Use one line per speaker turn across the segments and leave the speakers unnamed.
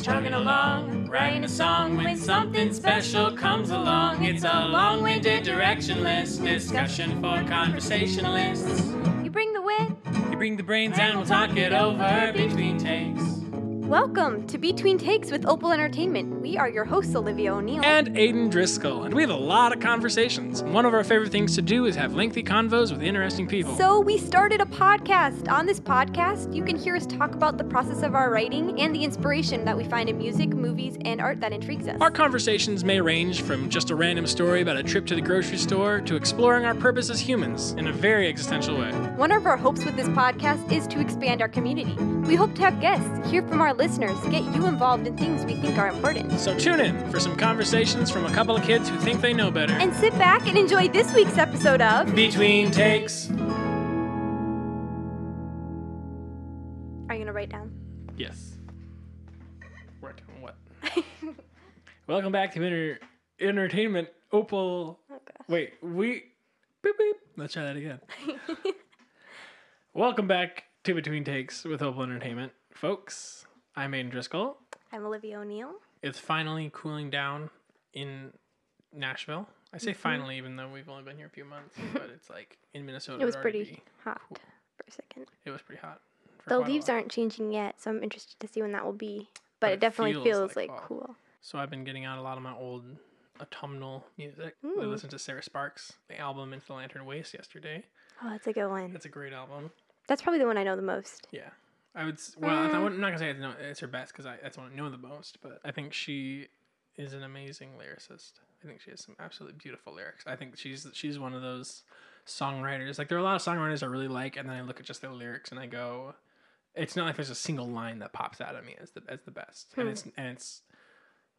chugging along, writing a song. When something special comes along, it's a long-winded, directionless discussion for conversationalists.
You bring the wit.
You bring the brains and we'll talk it over between takes.
Welcome to Between Takes with Opal Entertainment. We are your hosts, Olivia O'Neill.
And Aiden Driscoll, and we have a lot of conversations. One of our favorite things to do is have lengthy convos with interesting people.
so we started a podcast. On this podcast, you can hear us talk about the process of our writing and the inspiration that we find in music, movies, and art that intrigues us.
Our conversations may range from just a random story about a trip to the grocery store to exploring our purpose as humans in a very existential way.
One of our hopes with this podcast is to expand our community. We hope to have guests, hear from our listeners, get you involved in things we think are important.
So tune in for some conversations from a couple of kids who think they know better.
And sit back and enjoy this week's episode of
Between takes.
Are you going to write down?
Yes. Where do- what? Welcome back to Inter- Entertainment Opal.
Oh,
Wait, we. Beep, beep. Let's try that again. Welcome back to Between Takes with Opal Entertainment, folks. I'm Aiden Driscoll.
I'm Olivia O'Neill.
It's finally cooling down in Nashville. I
Mm-hmm.
say finally, even though we've only been here a few months, but it's like in Minnesota.
It was
it'd already
pretty
be-
hot for a second.
it was pretty hot. for
The
quite a
leaves
while.
aren't changing yet, so I'm interested to see when that will be. But,
uh, But
it,
it
definitely
feels
feels,
like
like,
fall.
cool.
So I've been getting out a lot of my old autumnal music. I
Ooh.
listened to Sarah Sparks' album Into the Lantern Waste yesterday.
Oh, that's a good one.
That's a great album.
That's probably the one I know the most.
Yeah. I would, s- well, I th-
Mm.
I'm not going to say it's, no, it's her best because that's what I know the most, but I think she is an amazing lyricist. I think she has some absolutely beautiful lyrics. I think she's she's one of those songwriters. Like, there are a lot of songwriters I really like, and then I look at just their lyrics and I go, it's not like there's a single line that pops out at me as the, as the best. And
Hmm.
it's, and it's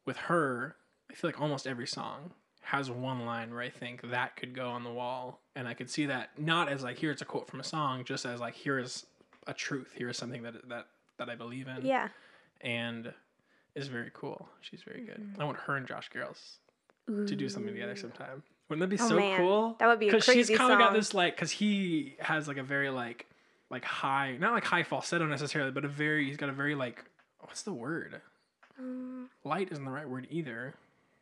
with her, I feel like almost every song has one line where I think that could go on the wall. And I could see that not as like, here's a quote from a song, just as like, here's a truth. Here's something that that that I believe in.
Yeah.
And is very cool. She's very good.
Mm-hmm.
I want her and Josh Garrels to do something together sometime. Wouldn't that be
Oh,
so
man.
cool?
That would be a
Because she's
crazy
kind of got
song.
this like, because he has like a very like, like high, not like high falsetto necessarily, but a very he's got a very like, what's the word?
Um,
Light isn't the right word either.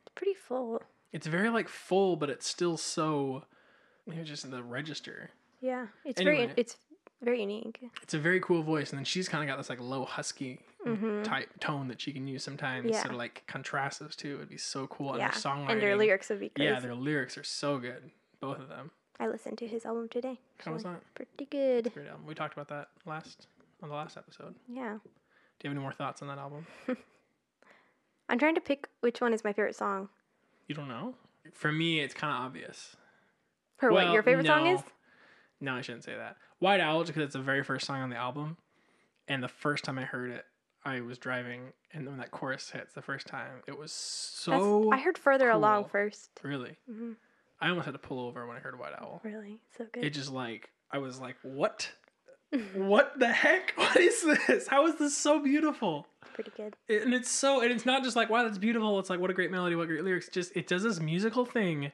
it's pretty full.
It's very like full, but it's still so. It was just in the register.
Yeah. It's
Anyway.
very it's very unique.
It's a very cool voice, and then she's kind of got this like low husky
Mhm.
type tone that she can use sometimes
Yeah.
to like contrast those two. It'd be so cool.
Yeah.
And their songwriting.
And their lyrics would be crazy.
Yeah, their lyrics are so good. Both of them.
I listened to his album today.
How was
So,
that?
Pretty good.
Great album. We talked about that last on the last episode.
Yeah.
Do you have any more thoughts on that album?
I'm trying to pick which one is my favorite song.
You don't know? For me, it's kind of obvious.
For what
Well,
your favorite song
no.
is?
No, I shouldn't say that. White Owl, because it's the very first song on the album. And the first time I heard it, I was driving, and when that chorus hits the first time, it was
That's-
so
I heard further along
cool.
first.
really.
Mhm.
I almost had to pull over when I heard White Owl.
Really? So good.
It just like I was like, what? what the heck? What is this? How is this so beautiful?
pretty good.
It- and it's so and it's not just like wow that's beautiful it's like what a great melody what great lyrics just it does this musical thing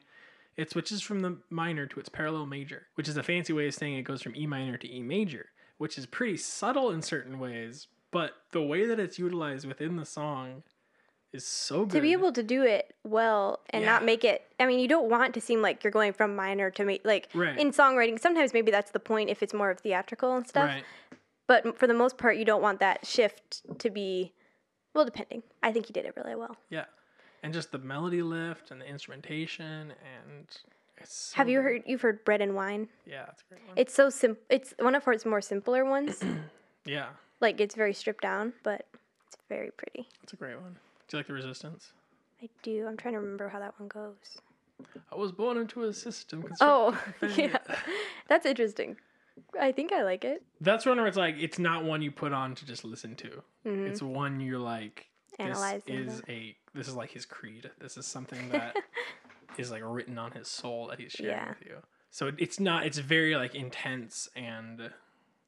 it switches from the minor to its parallel major which is a fancy way of saying it goes from e minor to e major which is pretty subtle in certain ways but the way that it's utilized within the song is so good
to be able to do it well and not
Yeah.
make it i mean you don't want to seem like you're going from minor to ma- like
Right.
in songwriting sometimes maybe that's the point if it's more of theatrical and stuff
right
but m- for the most part you don't want that shift to be well depending i think he did it really well
yeah and just the melody lift and the instrumentation and it's so
have you
good.
heard you've heard bread and wine
yeah that's a great one
it's so simple it's one of his more simpler ones
yeah
like it's very stripped down but it's very pretty
that's a great one do you like the resistance
i do i'm trying to remember how that one goes
I was born into a system. constructed
oh
to fit in
yeah
it.
that's interesting i think i like it
That's one where it's like it's not one you put on to just listen to.
Mhm.
It's one you're like this
Analyze and
is a this is like his creed. This is something that is like written on his soul that he's sharing
Yeah.
with you. So it- it's not it's very like intense and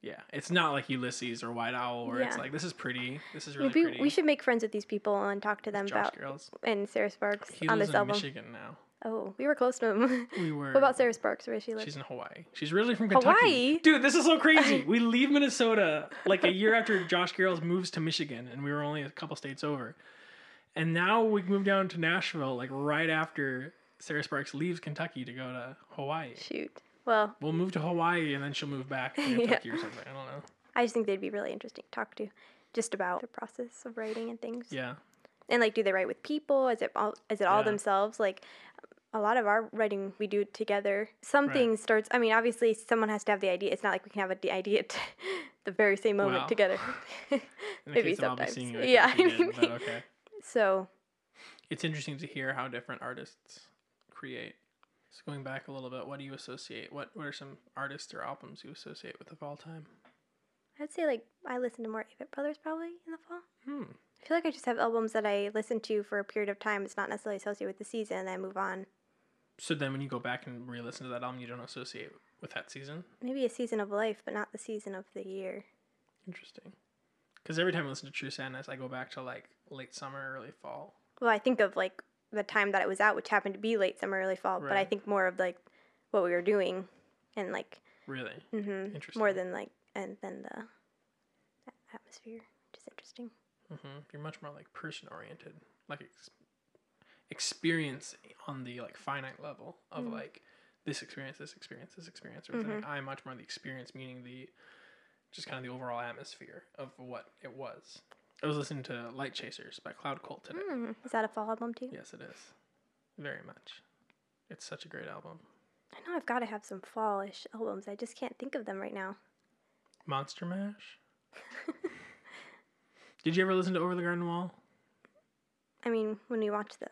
yeah, it's not like Ulysses or White Owl where it's
Yeah.
like this is pretty. This is really
Maybe
pretty.
we should make friends with these people and talk to them
Josh
about
Girls.
and Sarah Sparks
He
on
lives
this
in
album.
Michigan now.
Oh, we were close to him.
We were.
what about Sarah Sparks? Where is she live?
She's in Hawaii. She's originally from Kentucky.
Hawaii?
Dude, this is so crazy. we leave Minnesota like a year after Josh Garrels moves to Michigan, and we were only a couple states over. And now we moved down to Nashville like right after Sarah Sparks leaves Kentucky to go to Hawaii.
Shoot. Well,
We'll move to Hawaii and then she'll move back to
Yeah.
Kentucky or something. I don't know.
I just think they'd be really interesting to talk to, just about the process of writing and things.
Yeah.
And like, do they write with people? Is it all? Is it all
Yeah.
themselves? Like, a lot of our writing we do together.
Right.
Something starts. I mean, obviously, someone has to have the idea. It's not like we can have the idea at the very same moment
Wow.
together.
In the
Maybe
case of I'll Be
sometimes.
Seeing You, I
Yeah,
think she
I
did,
mean,
but okay.
so
It's interesting to hear how different artists create. So going back a little bit, what do you associate? What what are some artists or albums you associate with of all time?
I'd say like I listen to more Avett Brothers probably in the fall.
Hmm.
I feel like I just have albums that I listen to for a period of time. It's not necessarily associated with the season, and then I move on.
So then when you go back and re-listen to that album, you don't associate with that season?
Maybe a season of life, but not the season of the year.
Interesting. Because every time I listen to True Sadness, I go back to like late summer, early fall.
Well, I think of like the time that it was out, which happened to be late summer, early fall. But I
Right.
think more of like what we were doing, and like
Really?
hmm
Interesting.
more than like and then the a- atmosphere, which is interesting.
hmm You're much more like person oriented, like ex- experience on the like finite level of
Mhm.
like this experience, this experience, this experience. Whereas
Mm-hmm.
I think I'm much more the experience, meaning the just kind of the overall atmosphere of what it was. I was listening to Light Chasers by Cloud Cult today.
Mm. Is that a fall album too?
Yes, it is. Very much. It's such a great album.
I know I've got to have some fallish albums. I just can't think of them right now.
Monster Mash. Did you ever listen to Over the Garden Wall?
I mean, when we watched the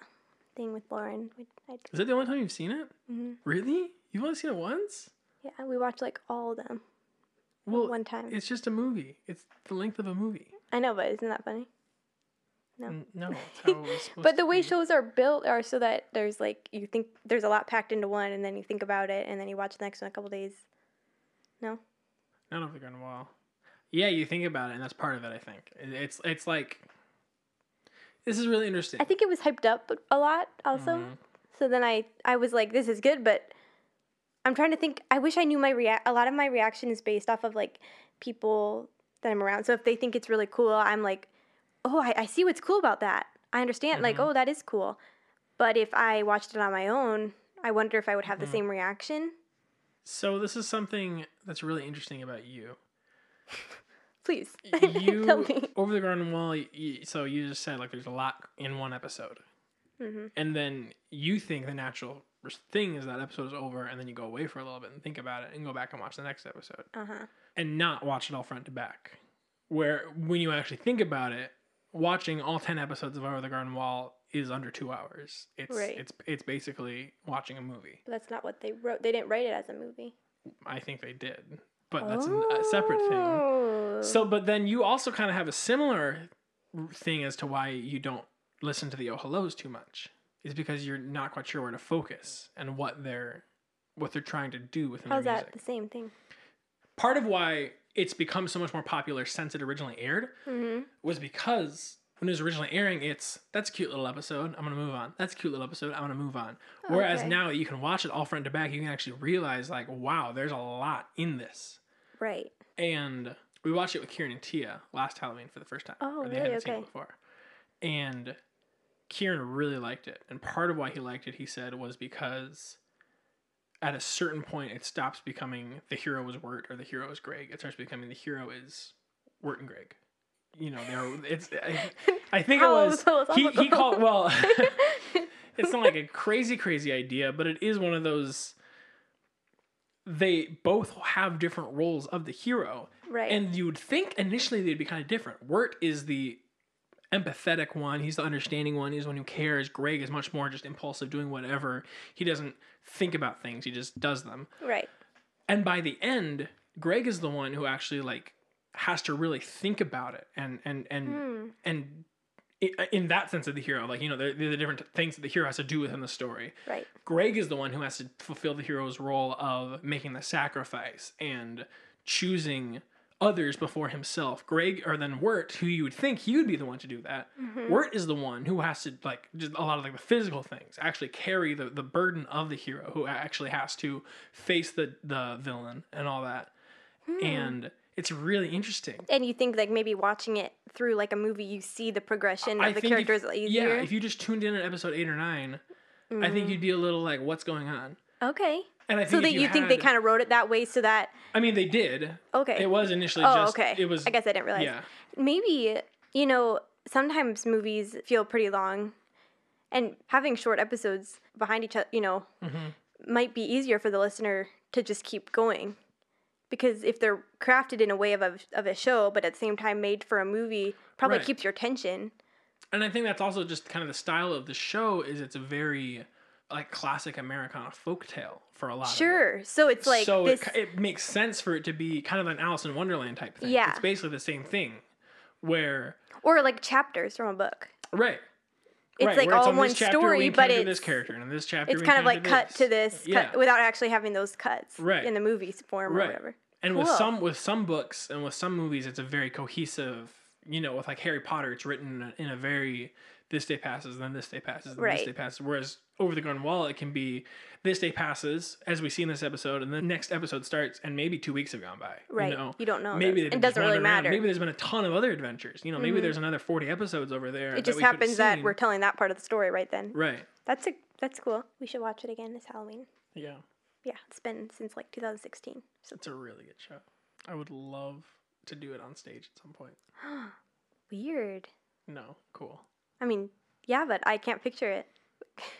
thing with Lauren, we, I,
Is that the only time you've seen it?
Mhm.
Really? You've only seen it once?
yeah, we watched like all of them
Well,
one time.
It's just a movie. It's the length of a movie.
I know, but isn't that funny? No.
N- No, it's how it was supposed
But the
to
way
be.
shows are built are so that there's like you think there's a lot packed into one, and then you think about it, and then you watch the next one a couple days.
not over the garden wall. Yeah, you think about it, and that's part of it. I think It- it's it's like this is really interesting.
I think it was hyped up a lot, also.
Mhm.
So then I I was like, this is good, but I'm trying to think. I wish I knew my react. A lot of my reaction is based off of like people that I'm around. So if they think it's really cool, I'm like, oh, I, I see what's cool about that. I understand. Like,
Mhm.
oh, that is cool. But if I watched it on my own, I wonder if I would have
Mhm.
the same reaction.
So this is something that's really interesting about you.
Please
You
tell me.
over the garden wall. y y- so you just said like there's a lot in one episode,
hmm
and then you think the natural thing is that episode is over, and then you go away for a little bit and think about it, and go back and watch the next episode.
Uh huh.
and not watch it all front to back. Where when you actually think about it, watching all ten episodes of Over the Garden Wall is under two hours. It's
Right.
it's it's basically watching a movie.
But that's not what they wrote. They didn't write it as a movie.
I think they did, but that's an- a separate thing.
Oh.
So, but then you also kind of have a similar thing as to why you don't listen to the oh hellos too much. Is because you're not quite sure where to focus and what they're what they're trying to do within
how's
their
that
music.
the same thing?
Part of why it's become so much more popular since it originally aired
hmm
was because when it was originally airing, it's that's a cute little episode. I'm gonna move on. That's a cute little episode. I'm gonna move on. Whereas
Oh, Okay.
now you can watch it all front to back. You can actually realize like, wow, there's a lot in this.
Right.
And we watched it with Kieran and Tia last Halloween for the first time.
Oh,
or
really? Okay.
before. And Kieran really liked it. And part of why he liked it, he said, was because at a certain point it stops becoming the hero is Wirt or the hero is Greg. It starts becoming the hero is Wirt and Greg. You know, they're it's I, I think
How
it was he,
philosophical.
he called well it's not like a crazy crazy idea, but it is one of those they both have different roles of the hero.
Right.
And you would think initially they'd be kind of different. Wirt is the empathetic one. He's the understanding one. He's the one who cares. Greg is much more just impulsive, doing whatever. He doesn't think about things. He just does them.
right.
And by the end, Greg is the one who actually like has to really think about it and and and
Mm.
and i- in that sense of the hero, like you know, they're, they're the different things that the hero has to do within the story.
Right.
Greg is the one who has to fulfill the hero's role of making the sacrifice and choosing others before himself. Greg or then Wirt, who you would think he would be the one to do that.
Mm-hmm.
Wirt is the one who has to like just a lot of like the physical things actually carry the, the burden of the hero who actually has to face the the villain and all that.
Hmm.
And it's really interesting.
And you think like maybe watching it through like a movie, you see the progression of the
think if-
characters easier.
Yeah, if you just tuned in at episode eight or nine, I think you'd be a little like, what's going on?
okay.
And I think
Mm-hmm. So
if
that you, think they
had-
kind of wrote it that way so that
I mean, they did.
okay.
It was initially
oh,
just.
okay.
It was.
I guess I didn't realize.
Yeah.
Maybe you know sometimes movies feel pretty long, and having short episodes behind each other, you know,
Mhm.
might be easier for the listener to just keep going. Because if they're crafted in a way of a, of a show, but at the same time made for a movie, probably
Right.
keeps your attention.
And I think that's also just kind of the style of the show. Is it's a very like classic Americana folktale for a lot. Of it.
Sure. So it's like
so
this.
it, ki- it makes sense for it to be kind of an Alice in Wonderland type thing.
Yeah.
It's basically the same thing, where
or like chapters from a book.
right.
It's
right,
like
where it's
all
on
one
this chapter,
story,
we
but
came to this
it's
character and in this chapter
it's
we
kind of
came
like cut to this,
Yeah.
cut, without actually having those cuts
Right.
in the movie form or
Right.
whatever.
And with
Cool.
some with some books and with some movies, it's a very cohesive. You know, with like Harry Potter, it's written in a very this day passes, then this day passes, then this
Right.
day passes. Whereas over the Garden Wall, it can be this day passes, as we see in this episode, and the next episode starts, and maybe two weeks have gone by.
Right.
You know,
You don't know.
maybe
those.
they've
it
just
doesn't really
wandered around.
matter. Mm-hmm.
Maybe there's been a ton of other adventures. You know, maybe there's another forty episodes over there.
it just happens that we're telling that part of the story right then.
right.
That's a that's cool. We should watch it again this Halloween.
Yeah,
Yeah, it's been since like 2016. So
it's a really good show. I would love to do it on stage at some point.
weird.
No, cool.
I mean, yeah, but I can't picture it.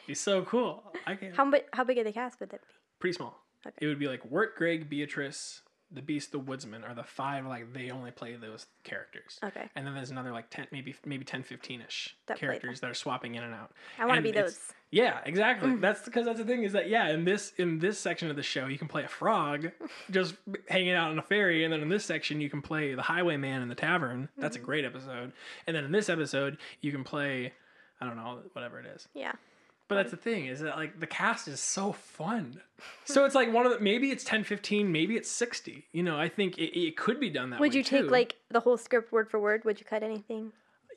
He's so cool. I can't.
How big how big of the cast would that be?
pretty small.
Okay.
It would be like Wirt, Greg, Beatrice, the Beast, the Woodsman are the five like they only play those characters.
Okay,
And then there's another like ten, maybe maybe 10, 15-ish
That play
characters that are swapping in and out.
I want to
And
be
it's-
those.
Yeah, exactly. That's because that's the thing is that yeah, in this in this section of the show you can play a frog just hanging out on a ferry, and then in this section you can play the highwayman in the tavern. That's
Mm-hmm.
a great episode. And then in this episode you can play I don't know whatever it is.
Yeah,
But that's the thing is that like the cast is so fun. So it's like one of the maybe it's 10 15, maybe it's 60. You know, I think it, it could be done that way.
would you take
too.
like the whole script word for word? Would you cut anything?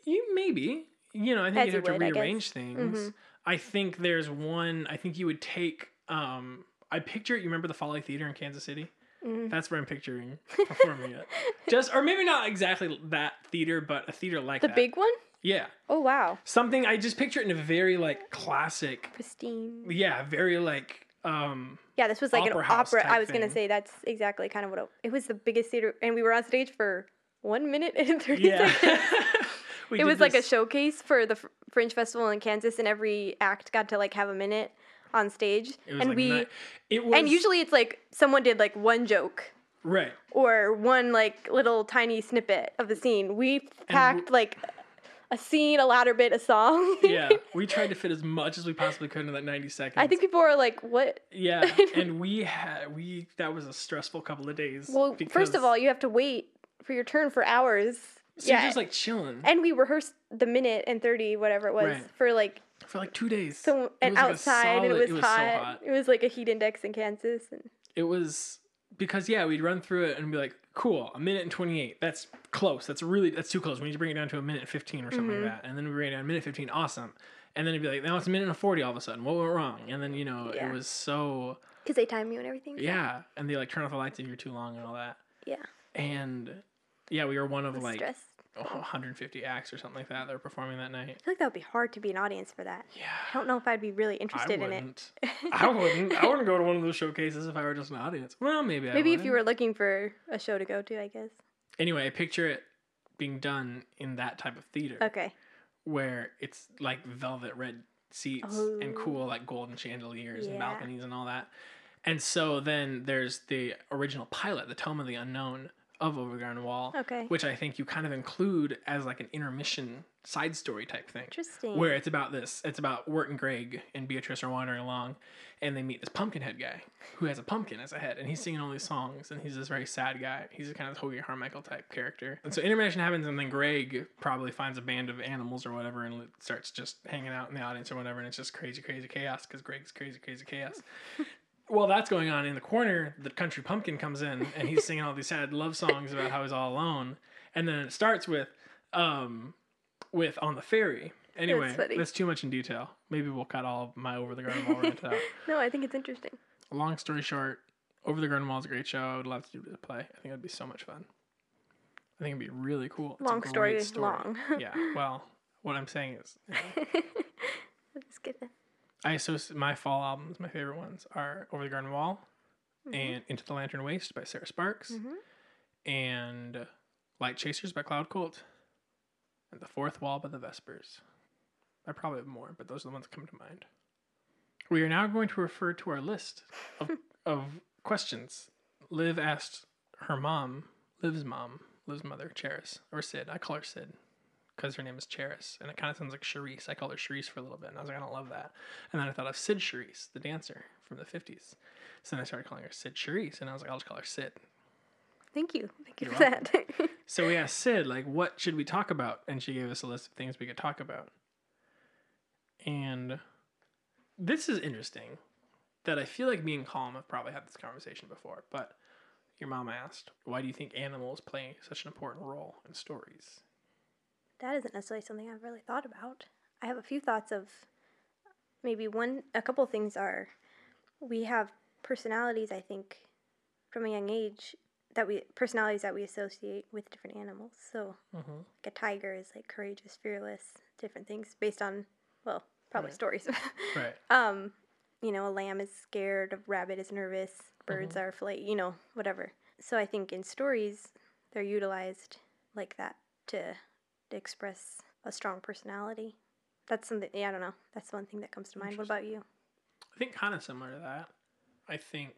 you maybe you know, I think
As
you'd
you
have to
would, I guess. Mm-hmm.
rearrange things. I think there's one I think you would take um I picture you remember the Folly Theater in Kansas City?
Mm.
That's where I'm picturing performing it. Just or maybe not exactly that theater, but a theater like
The
that.
big one?
yeah.
Oh wow,
Something I just picture it in a very like classic
pristine.
yeah, very like um
Yeah, this was like
opera
an
house
opera.
type
I was gonna
thing.
say that's exactly kind of what it, it was. The biggest theater, and we were on stage for one minute and thirty
Yeah.
seconds.
We did
It was like a
this-
showcase for the Fr- Fringe Festival in Kansas, and every act got to like have a minute on stage.
It was
and
like
we
ni- it was
and usually it's like someone did like one joke
right.
or one like little tiny snippet of the scene. We packed like a scene, a louder bit, a song.
Yeah, we tried to fit as much as we possibly could into that 90 seconds.
I think people were like, "What?
yeah, and we had we that was a stressful couple of days.
Well, first of all, you have to wait for your turn for hours."
so you're just like chilling
and we rehearsed the minute and 30 whatever it was
Right.
for like
for like two days.
so
It
and
was, like, a
outside and it
solid-
was,
so
hot. it was like a heat index in kansas and
It was because yeah, we'd run through it and be like, cool, a minute and 28. That's close. That's really that's too close. We need to bring it down to a minute and 15 or something
Mm-hmm.
like that. And then we bring it down to a minute 15. Awesome. And then it'd be like, now it's a minute and 40 all of a sudden. What went wrong? And then you know,
Yeah.
it was so
because they time you and everything
Yeah, and they like turn off the lights if you're too long and all that.
yeah
And yeah, we were one of like
stress i
150 acts or something like that that were performing that night.
feel like that would be hard to be an audience for that i
Yeah,
don't know if i'd be really
I
interested in it
wouldn't. I wouldn't. I wouldn't go to one of those showcases if I were just an audience. Well, maybe. I
maybe if you
wouldn't.
were looking for a show to go to i guess
Anyway, I picture it being done in that type of theater
okay
where it's like velvet red seats and
Oh.
cool like golden chandeliers and
Yeah.
balconies and all that. And so then there's the original pilot, the Tome of the Unknown of Overground Wall.
okay
which I think you kind of include as like an intermission side story type thing.
interesting
Where it's about this, it's about Wirt and Greg and Beatrice are wandering along, and they meet this Pumpkinhead guy who has a pumpkin as a head, and he's singing all these songs, and he's this very sad guy. He's a kind of Hoagie Carmichael type character, and so intermission happens, and then Greg probably finds a band of animals or whatever, and starts just hanging out in the audience or whatever, and it's just crazy, crazy chaos because Greg's crazy, crazy chaos. while that's going on in the corner, the country pumpkin comes in and he's singing all these sad love songs about how he's all alone. And then it starts with, um, with on the ferry. Anyway, that's,
funny.
too much in detail. Maybe we'll cut all of my over the garden wall into that.
No, I think it's interesting.
Long story short, over the garden wall is a great show. I would love to do the play. I think it'd be so much fun. I think it'd be really cool. It's a
long story,
great
is long.
yeah. Well, what I'm saying is,
Let's get it.
I associate my fall albums. My favorite ones are Over the Garden Wall
Mm-hmm.
and Into the Lantern Waste by Sarah Sparks
Mhm.
and Light Chasers by Cloud Cult and The Fourth Wall by the Vespers. I probably have more, but those are the ones that come to mind. We are now going to refer to our list of, of questions. Liv asked her mom, Liv's mom, Liv's mother, Cheris, or Sid. I call her Sid because her name is Cheris, and it kind of sounds like Charisse. I called her Charisse for a little bit, and I was like, I don't love that. And then I thought of Sid Charisse, the dancer from the 50s. So then I started calling her Sid Charisse, and I was like, I'll just call her Sid.
Thank you. Thank you
You're
for that.
So we asked Sid, like, what should we talk about? And she gave us a list of things we could talk about. And this is interesting that I feel like me and Colm have probably had this conversation before, but your mom asked, why do you think animals play such an important role in stories?
that isn't necessarily something I've really thought about. I have a few thoughts of maybe one, a couple things are we have personalities, I think, from a young age that we, personalities that we associate with different animals. So,
Mm-hmm.
like a tiger is like courageous, fearless, different things based on, well, probably
Right.
stories.
Right.
um, you know, a lamb is scared, a rabbit is nervous,
Mm-hmm.
birds are flight, you know, whatever. So I think in stories, they're utilized like that to, to express a strong personality. That's something, yeah, I don't know. That's the one thing that comes to mind. What about you?
I think kind of similar to that. I think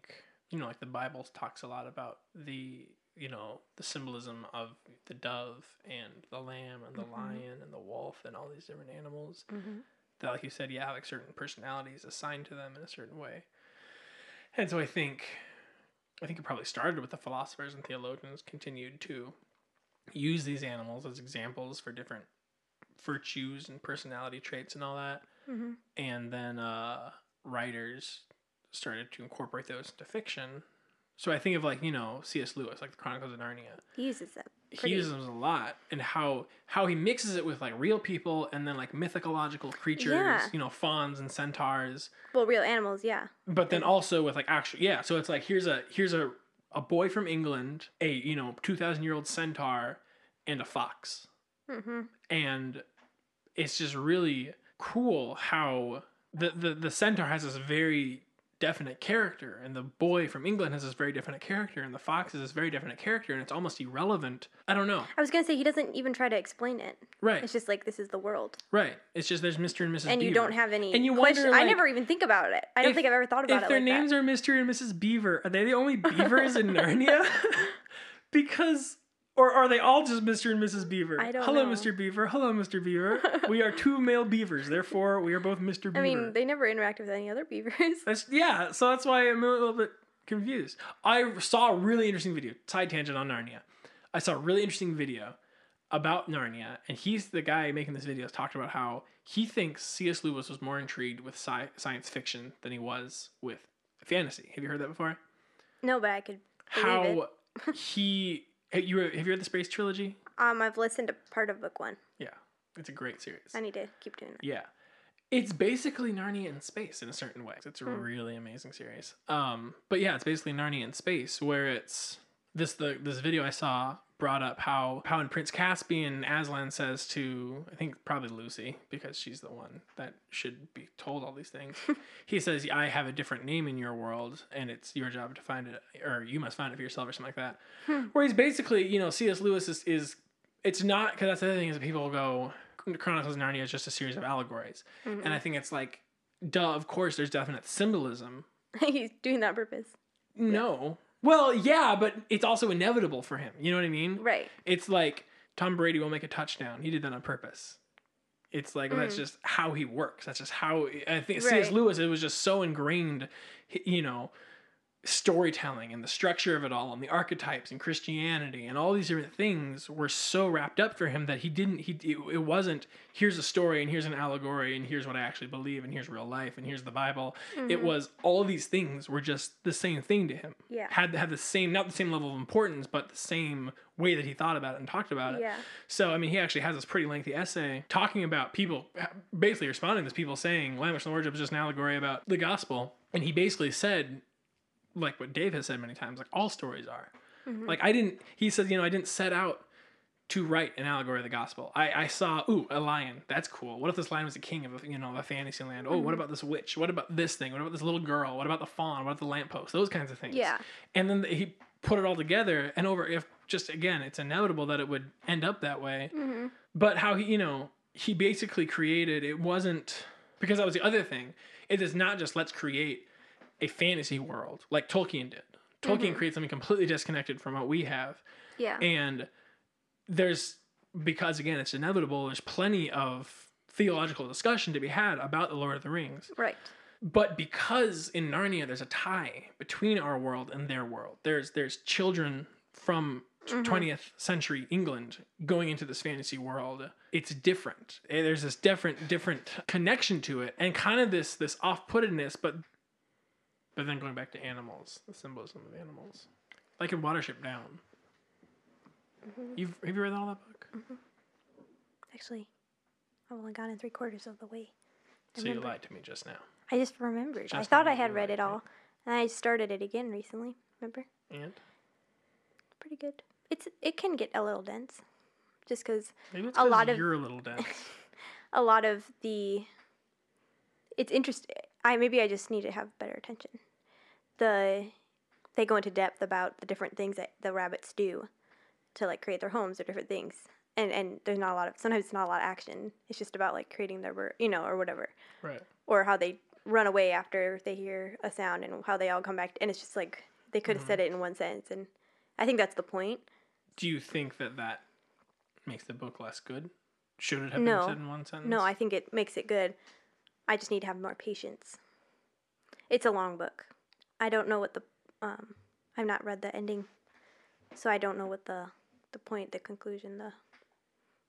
you know, like the Bible talks a lot about the you know the symbolism of the dove and the lamb and the
Mhm.
lion and the wolf and all these different animals
Mm-hmm.
that, like you said, yeah, have, like certain personalities assigned to them in a certain way. And so I think, I think it probably started with the philosophers and theologians continued to use these animals as examples for different virtues and personality traits and all that
Mm-hmm.
and then uh, writers started to incorporate those into fiction. So I think of like you know C.S. Lewis, like the Chronicles of Narnia.
He uses them.
He
Pretty-
uses them a lot, and how how he mixes it with like real people and then like mythicological creatures,
Yeah.
you know, fauns and centaurs,
Well, real animals, yeah.
but then also with like actual yeah. So it's like here's a here's a a boy from England, a you know two thousand year old centaur, and a fox
Mm-hmm.
and it's just really cool how the, the the centaur has this very definite character and the boy from england has this very definite character and the fox has this very definite character and it's almost irrelevant i don't know
I was going to say he doesn't even try to explain it.
right
It's just like this is the world.
right it's just there's mr and mrs
and you
Beaver.
don't have any
And you
question.
wonder,
I
like,
never even think about it. I don't
if-
think I've ever thought about
if
it
their
like
names are Mr. and Mrs. Beaver, are they the only beavers in Narnia? because or are they all just Mr. and Mrs. Beaver?
I don't
Hello,
know.
Mr. Beaver. Hello, Mr. Beaver. we are two male beavers, therefore we are both Mr. Beaver.
that. I mean, they never interact with any other beavers.
That's yeah. So that's why I'm a little bit confused. I saw a really interesting video. Side tangent on Narnia. I saw a really interesting video about Narnia, and he's the guy making this video. Has talked about how he thinks C.S. Lewis was more intrigued with sci- science fiction than he was with fantasy. Have you heard that before?
No, but I could believe it.
How he have you have you read the Space Trilogy?
Um, I've listened to part of book one.
Yeah, it's a great series.
I need to keep doing that.
Yeah. It's basically Narnia in space in a certain way. It's a
Hmm.
really amazing series. Um, but yeah, it's basically Narnia in space where it's this the this video I saw brought up how how in Prince Caspian Aslan says to I think probably Lucy because she's the one that should be told all these things. he says I have a different name in your world and it's your job to find it or you must find it for yourself or something like that.
Hmm.
Where he's basically, you know, C.S. Lewis is, is it's not because that's the other thing is people go Chronicles of Narnia is just a series of allegories,
Mhm.
and I think it's like, duh, of course there's definite symbolism.
He's doing that on purpose.
No, well, yeah, but it's also inevitable for him. You know what I mean?
Right.
It's like Tom Brady will make a touchdown. He did that on purpose. It's like that's
Mm.
just how he works. That's just how I think C.S.
Right.
Lewis. It was just so ingrained, you know, storytelling and the structure of it all and the archetypes and Christianity and all these different things were so wrapped up for him that he didn't he it, it wasn't here's a story and here's an allegory and here's what I actually believe and here's real life and here's the Bible
Mm-hmm.
it was all these things were just the same thing to him
Yeah.
had to have the same not the same level of importance but the same way that he thought about it and talked about it
Yeah.
so I mean he actually has this pretty lengthy essay talking about people basically responding to this people saying Lamech and the Wardrobe is just an allegory about the gospel and he basically said like what Dave has said many times, like all stories are.
Mm-hmm.
Like I didn't he says, you know, I didn't set out to write an allegory of the gospel. I, I saw, ooh, a lion. That's cool. What if this lion was the king of a, you know a fantasy land? Oh,
Mm-hmm.
what about this witch? What about this thing? What about this little girl? What about the fawn? What about the lamppost? Those kinds of things.
Yeah.
And then he put it all together and over if just again, it's inevitable that it would end up that way
Mm-hmm.
but how he you know he basically created it wasn't because that was the other thing it is not just let's create a fantasy world like tolkien did tolkien creates something completely disconnected from what we have
Yeah.
and there's because again it's inevitable there's plenty of theological discussion to be had about the lord of the rings
right.
but because in Narnia there's a tie between our world and their world, there's there's children from
Mm-hmm.
t- 20th century England going into this fantasy world. It's different. Eh, There's this different different connection to it, and kind of this this off puttedness. But but then going back to animals, the symbolism of animals, like in Watership Down.
Mm-hmm.
You've have you read all that
Mm,
book?
Actually, I've only gotten three quarters of the way.
So you lied to me just now.
I just remembered. I
Just
thought I
remembered
had
you
read
like
it all, and I started it again recently. Remember?
And
It's pretty good. It's it can get a little dense, just because
maybe it's
A
'cause
lot of-
you're a little dense.
a lot of the it's interesting i maybe i just need to have better attention the they go into depth about the different things that the rabbits do to like create their homes or different things and and there's not a lot of sometimes it's not a lot of action it's just about like creating their bur- you know or whatever
right.
or how they run away after they hear a sound and how they all come back and it's just like they could have said it in one sentence and i think that's the point
Do you think that that makes the book less good? Should it have
No.
been said in one sentence?
No, I think it makes it good. I just need to have more patience. It's a long book. I don't know what the um I've not read the ending. So I don't know what the the point, the conclusion, the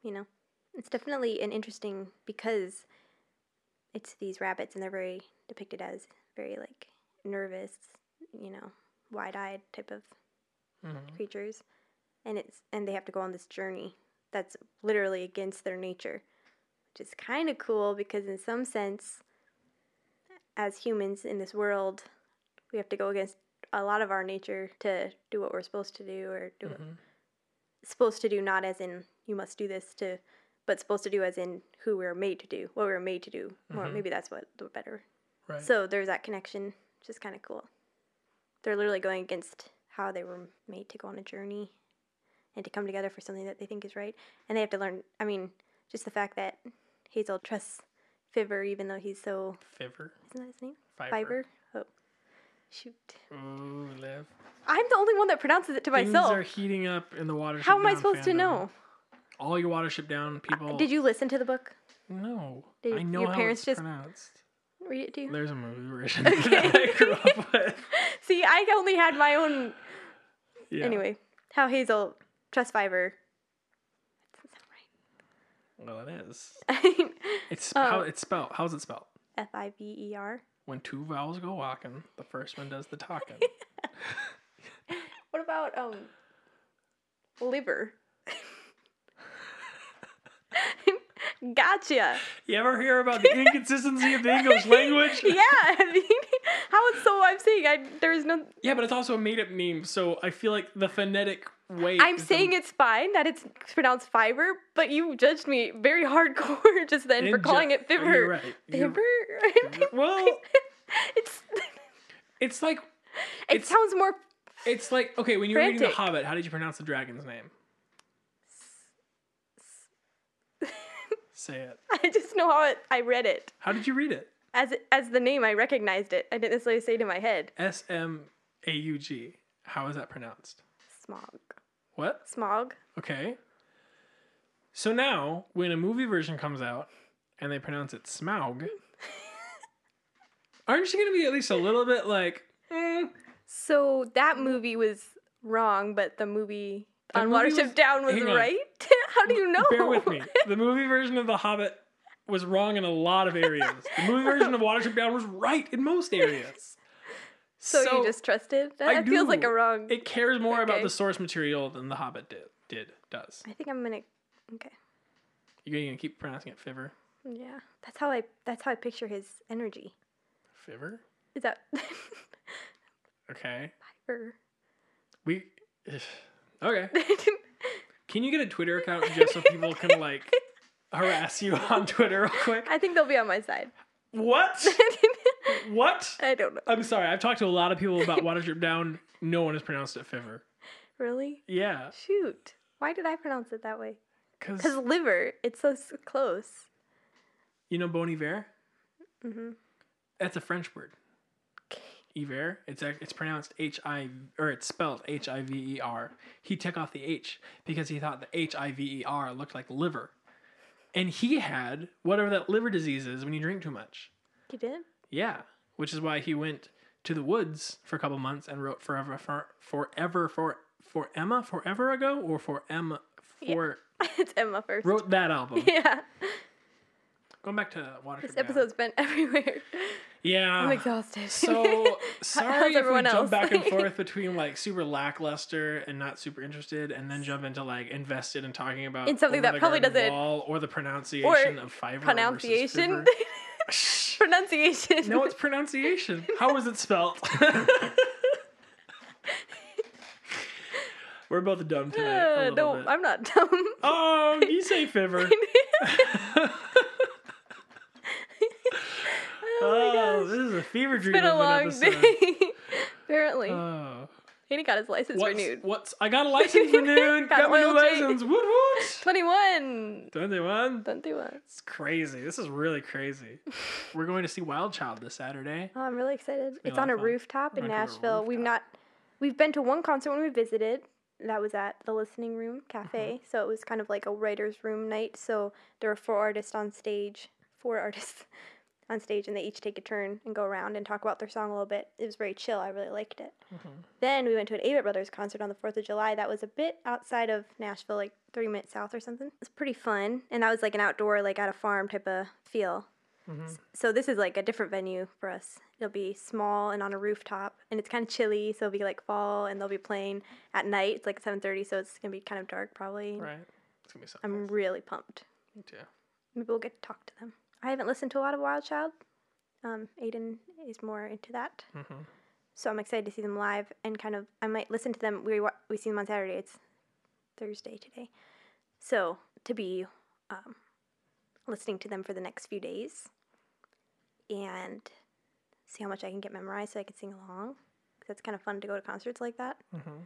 you know. It's definitely an interesting because it's these rabbits and they're very depicted as very like nervous, you know, wide-eyed type of
Mhm.
creatures and it's and they have to go on this journey that's literally against their nature which is kind of cool because in some sense as humans in this world we have to go against a lot of our nature to do what we're supposed to do or do what
Mhm.
supposed to do not as in you must do this to but supposed to do as in who we are made to do what we are made to do or
Mhm.
maybe that's what the better
Right.
so there's that connection, which is kind of cool. They're literally going against how they were made to go on a journey and to come together for something that they think is right. And they have to learn, I mean, just the fact that Hazel trusts Fibber, even though he's so,
Fiver.
isn't that his name?
Fiber.
Fiber? Oh, shoot.
Ooh, live.
I'm the only one that pronounces it to myself.
Things are heating up in the watership.
how am I
Down
supposed to
fandom.
know? Uh,
All your watership down people.
Did you listen to the book?
No.
Did
I know
your
how
parents
it's
just-
pronounced.
Read it to you?
There's a movie version that I grew up with.
See, I only had my own.
Yeah.
Anyway, how Hazel trusts Fiber. That doesn't sound
Well,
right.
it is.
F
It's
Oh.
how it's spelled. How's it spelled?
I V E R.
When two vowels go walking, the first one does the talking.
What about um liver? gotcha.
you ever hear about the inconsistency of the English language?
Yeah, I mean, how it's so I'm saying I there is no
Yeah, but it's also a made up name, so I feel like the phonetic way.
I'm
is
saying
the,
it's fine that it's pronounced fiber, but you judged me very hardcore just then for
Inju-
calling it
Oh, You're
fibber.
right. You're-
Fibber?
Well,
it's
it's like
it
It's-
sounds more
it's like okay. When you were reading The
Frantic.
Hobbit, how did you pronounce the dragon's name? Say it.
I just know how it, I read it.
How did you read it?
As as the name I recognized it. I didn't necessarily say it in my head.
S M A U G. How is that pronounced?
Smog.
What?
Smog.
Okay. So now, when a movie version comes out and they pronounce it Smaug, aren't you going to be at least a little bit like, mm,
So that movie was wrong, but the movie
That
on
movie
Watership
was-
Down was
hang on.
right. How do you know?
Bear with me. The movie version of The Hobbit was wrong in a lot of areas. The movie version of Watership Down was right in most areas.
So, you just trusted? That
I
feels like
do.
a wrong.
it cares more about
Okay.
the source material than The Hobbit did. Did does
I think I'm gonna. Okay.
you're gonna keep pronouncing it Fiver?
Yeah, that's how I. That's how I picture his energy.
Fiver?
Is that?
Okay.
or,
We. Okay. Can you get a Twitter account just so people can like harass you on Twitter real quick?
I think they'll be on my side.
What? What?
I don't know.
I'm sorry. I've talked to a lot of people about Watership Down. No one has pronounced it Fiver.
Really?
Yeah,
Shoot. Why did I pronounce it that way?
because
Because liver. It's so s- close.
you know Bon Iver.
hmm
That's a French word. Iver. It's ac- it's pronounced H I or it's spelled H I V E R. He took off the H because he thought the H I V E R looked like liver, and he had whatever that liver disease is when you drink too much.
You did?
Yeah, which is why he went to the woods for a couple months and wrote forever for forever for for Emma forever ago or for Emma for
it's Emma first.
wrote that album.
Yeah.
Going back to Watership.
This
Down.
episode's been everywhere.
Yeah.
I'm exhausted.
Ah. So sorry if we
everyone
jump
else?
back and forth between like super lackluster and not super interested, and then jump into like invested in talking about
In something
Over
that
the
probably
Garden
doesn't-
Wall or the pronunciation of fiber versus
pronunciation.
fiver.
pronunciation.
No, it's pronunciation. How is it spelt? We're both dumb tonight.
Uh,
a little
no,
bit.
I'm not dumb.
Oh, you say fiver.
oh my gosh.
this is a fever dream.
It's been a
of an
long
episode.
day. Apparently.
Oh.
and he got his license
What's,
renewed.
what's I got a license renewed.
Got
got my new
oil change.
license. Woot woot.
21.
Twenty one.
21.
It's crazy. This is really crazy. We're going to see Wild Child this Saturday.
Oh, I'm really excited.
been
It's
a lot
on a
of fun.
rooftop in
Might go to a
Nashville. We've not
rooftop.
we've been to one concert when we visited. That was at the Listening Room Cafe.
Mm-hmm.
So it was kind of like a writer's room night. So there were four artists on stage, four artists on stage, and they each take a turn and go around and talk about their song a little bit. It was very chill. I really liked it. Then we went to an Avett Brothers concert on the 4th of July. That was a bit outside of Nashville, like 30 minutes south or something. It was pretty fun. And that was like an outdoor, like at a farm type of feel.
Mhm.
So this is like a different venue for us. It'll be small and on a rooftop, and it's kind of chilly, so it'll be like fall, and they'll be playing at night. It's like 7:30, so it's gonna be kind of dark probably.
Right. It's gonna be something.
I'm really pumped.
Me too.
Maybe we'll get to talk to them. I haven't listened to a lot of Wild Child. Um, Aiden is more into that,
Mm-hmm.
so I'm excited to see them live and kind of I might listen to them. We wa- we see them on Saturday. It's Thursday today, so to be um, listening to them for the next few days and see how much I can get memorized so I can sing along. 'Cause That's kind of fun to go to concerts like that.
Mm-hmm.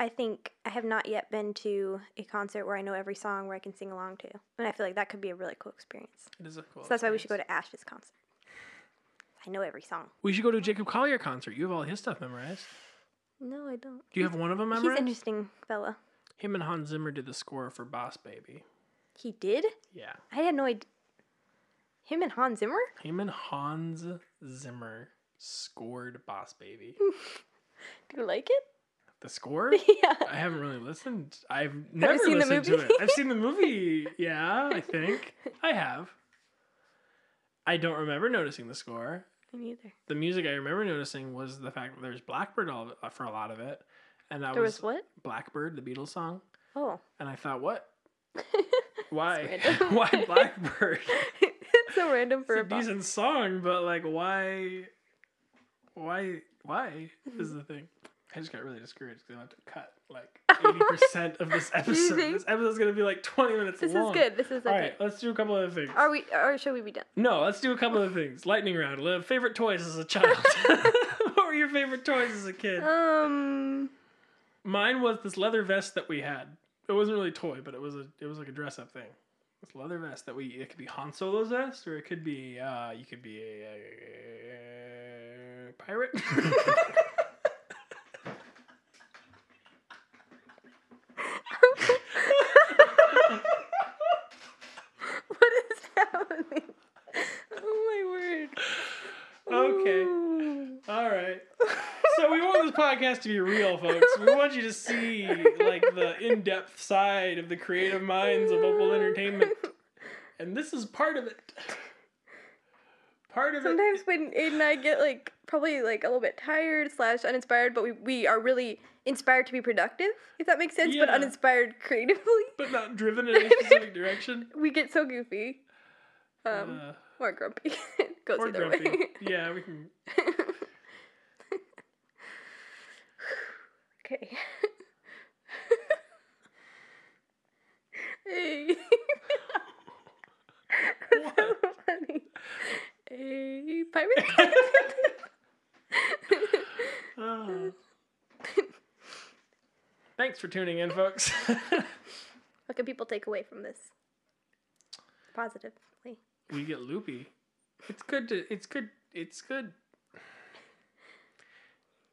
I think I have not yet been to a concert where I know every song where I can sing along to, and I feel like that could be a really cool experience.
It is a cool.
So that's why we should go
experience.
to Ash's concert. I know every song.
We should go to a Jacob Collier concert. You have all his stuff memorized.
No, I don't.
Do you have one of them
He's
memorized?
an interesting fella.
Him and Hans Zimmer did the score for Boss Baby.
He did?
Yeah.
I had no idea. Him and Hans Zimmer?
Him and Hans Zimmer scored Boss Baby.
Do you like it?
The score?
yeah.
I haven't really listened. I've never
seen the
listened to
movie?
it. I've seen the movie. Yeah, I think I have. I don't remember noticing the score.
Me neither.
The music I remember noticing was the fact that there's Blackbird all, uh, for a lot of it, and that
There
was,
was what?
Blackbird, the Beatles song.
Oh.
And I thought, what? Why?
random.
why Blackbird?
it's so random for
it's
a
a
box.
decent song, but like, why? Why? Why is the thing? I just got really discouraged because I have to cut like eighty percent of this episode.
think-
This episode's gonna be like twenty minutes
This
long.
is good. This is okay.
All right, let's do a couple of things.
Are we? Or should we be done?
No, let's do a couple of things. Lightning round. Liv, favorite toys as a child. what were your favorite toys as a kid?
Um.
Mine was this leather vest that we had. It wasn't really a toy, but it was a it was like a dress up thing. This leather vest that we it could be Han Solo's vest, or it could be uh you could be a, uh pirate.
What is happening? Oh my word.
okay,
Ooh.
all right. So we won't podcast to be real, folks. We want you to see like the in-depth side of the creative minds of Opal Entertainment, and this is part of it. Part of
Sometimes
it.
when Aiden and I get like probably like a little bit tired slash uninspired, but we, we are really inspired to be productive, if that makes sense, but
Yeah.
uninspired creatively.
but not driven in any specific direction.
We get so goofy. Um,
Uh,
or grumpy. It Goes
or
either
grumpy.
way.
Yeah, we can.
okay. hey. That's so funny. Hey, pirate.
Oh. Thanks for tuning in, folks.
what can people take away from this? Positively.
we get loopy. It's good to. It's good. It's good.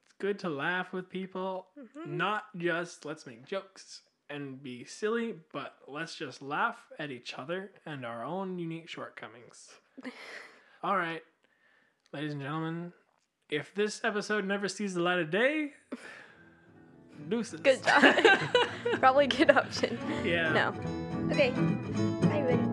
It's good to laugh with people.
Mm-hmm.
Not just let's make jokes and be silly, but let's just laugh at each other and our own unique shortcomings. All right, ladies and gentlemen, if this episode never sees the light of day, deuces.
Good job. Probably good option.
yeah.
No. Okay. Bye, everybody.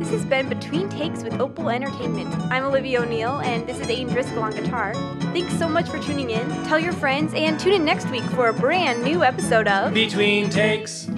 This has been Between Takes with Opal Entertainment. I'm Olivia O'Neill, and this is Aiden Driscoll on guitar. Thanks so much for tuning in. Tell your friends, and tune in next week for a brand new episode of.
Between takes.